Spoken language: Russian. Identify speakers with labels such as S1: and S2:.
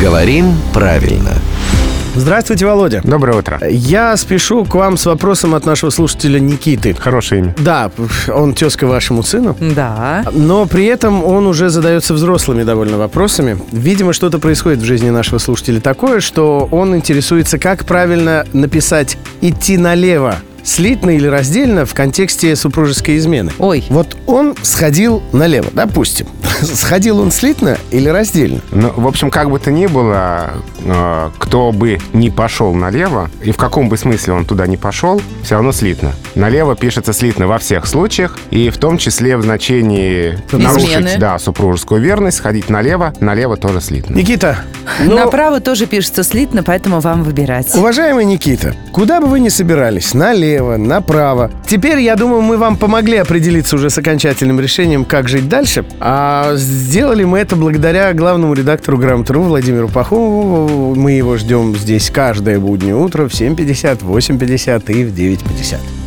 S1: Говорим правильно.
S2: Здравствуйте, Володя.
S3: Доброе утро.
S2: Я спешу к вам с вопросом от нашего слушателя Никиты.
S3: Хорошее имя.
S2: Да, он тезка вашему сыну,
S4: Да.
S2: но при этом он уже задается взрослыми довольно вопросами. Видимо, что-то происходит в жизни нашего слушателя такое, что он интересуется, как правильно написать «идти налево», слитно или раздельно в контексте супружеской измены.
S4: Ой.
S2: Вот он сходил налево, допустим. Сходил он слитно или раздельно?
S3: Ну, в общем, как бы то ни было, э, кто бы не пошел налево, и в каком бы смысле он туда не пошел, все равно слитно. Налево пишется слитно во всех случаях, и в том числе в значении нарушить да, супружескую верность, сходить налево, налево тоже слитно.
S2: Никита, ну,
S4: Направо тоже пишется слитно, поэтому вам выбирать.
S2: Уважаемый Никита, куда бы вы ни собирались, налево, направо, теперь, я думаю, мы вам помогли определиться уже с окончательным решением, как жить дальше. А сделали мы это благодаря главному редактору «Грамотру» Владимиру Пахомову. Мы его ждем здесь каждое буднее утро в 7.50, в 8.50 и в 9.50.